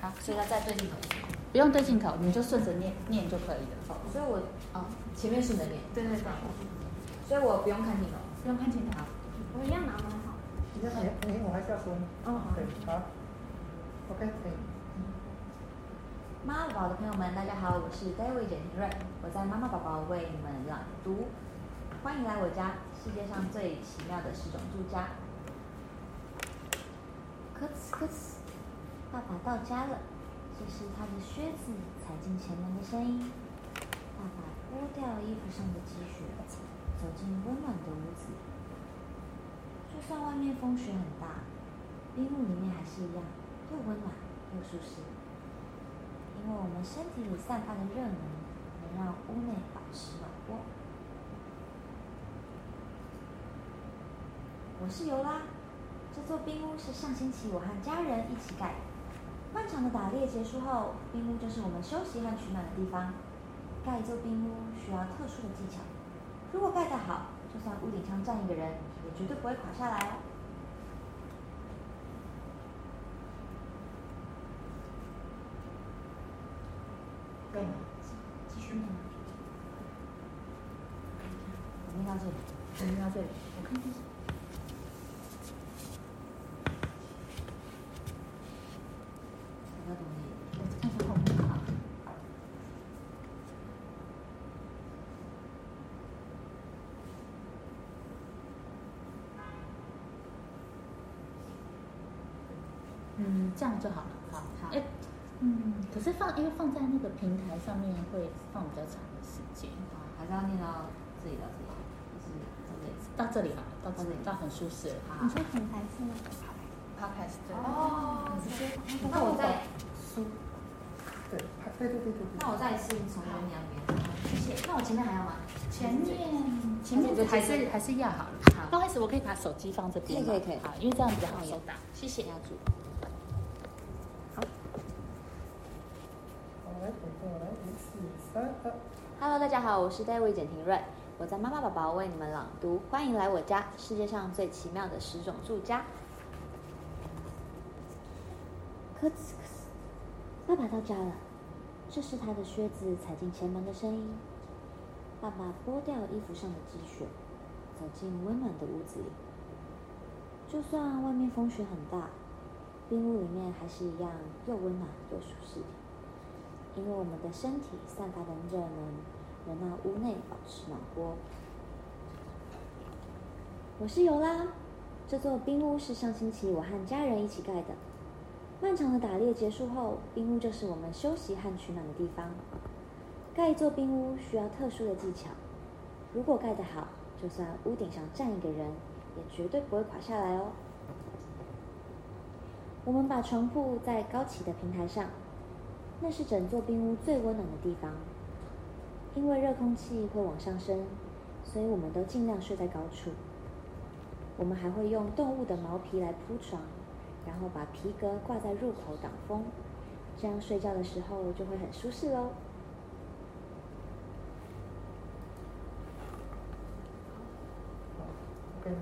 它，所以要再对镜头一次。不用对镜头，你就顺着念念就可以了。哦，所以我嗯哦，前面顺着念，对对对，所以我不用看镜头。不用看镜头，我一样拿蛮好。你要你你我还是要说吗？哦好对，好，OK，可以。妈妈宝宝的朋友们，大家好，我是 David 简廷瑞，我在妈妈宝宝为你们朗读，欢迎来我家，世界上最奇妙的十种住家。咯吱咯吱，爸爸到家了，这是他的靴子踩进前门的声音。爸爸脱掉衣服上的积雪，走进温暖的屋子。就算外面风雪很大，冰屋里面还是一样，又温暖又舒适。因为我们身体里散发的热能，能让屋内保持暖和。我是尤拉，这座冰屋是上星期我和家人一起盖的。漫长的打猎结束后，冰屋就是我们休息和取暖的地方。盖一座冰屋需要特殊的技巧，如果盖得好，就算屋顶上站一个人，也绝对不会垮下来哦。干嘛？继续吗？我念到这里，我们到这里。我到哪里？我看一下后面啊。嗯，这样就好了。好，好哎，嗯，可是放因为放在那个平台上面会放比较长的时间，啊，还是要念到自己到自己，就是到这里。到这里好了，到这里嗯到很舒适了。好你，说品牌是那个啥？ Podcast 对哦，直接把那我再，书对，对对对对对。那我再一次从右念边。谢谢。那我前面还要吗？前面前面还是还是要好了。好不好意思，我可以把手机放这边吗可以可以可以好，因为这样比较好收到。谢谢家主。我来，我来，一四三二。 Hello，大家好，我是 David 简廷瑞，我在妈妈宝宝为你们朗读，欢迎来我家，世界上最奇妙的十种住家。咯吱咯吱，爸爸到家了，这是他的靴子踩进前门的声音。爸爸剥掉衣服上的积雪，走进温暖的屋子里。就算外面风雪很大，冰屋里面还是一样又温暖又舒适。因为我们的身体散发的热能能让屋内保持暖和。我是尤拉，这座冰屋是上星期我和家人一起盖的。漫长的打猎结束后，冰屋就是我们休息和取暖的地方。盖一座冰屋需要特殊的技巧，如果盖得好，就算屋顶上站一个人，也绝对不会垮下来哦。我们把床铺在高起的平台上，那是整座冰屋最温暖的地方。因为热空气会往上升，所以我们都尽量睡在高处。我们还会用动物的毛皮来铺床，然后把皮革挂在入口挡风，这样睡觉的时候就会很舒适喽。 OK 吗？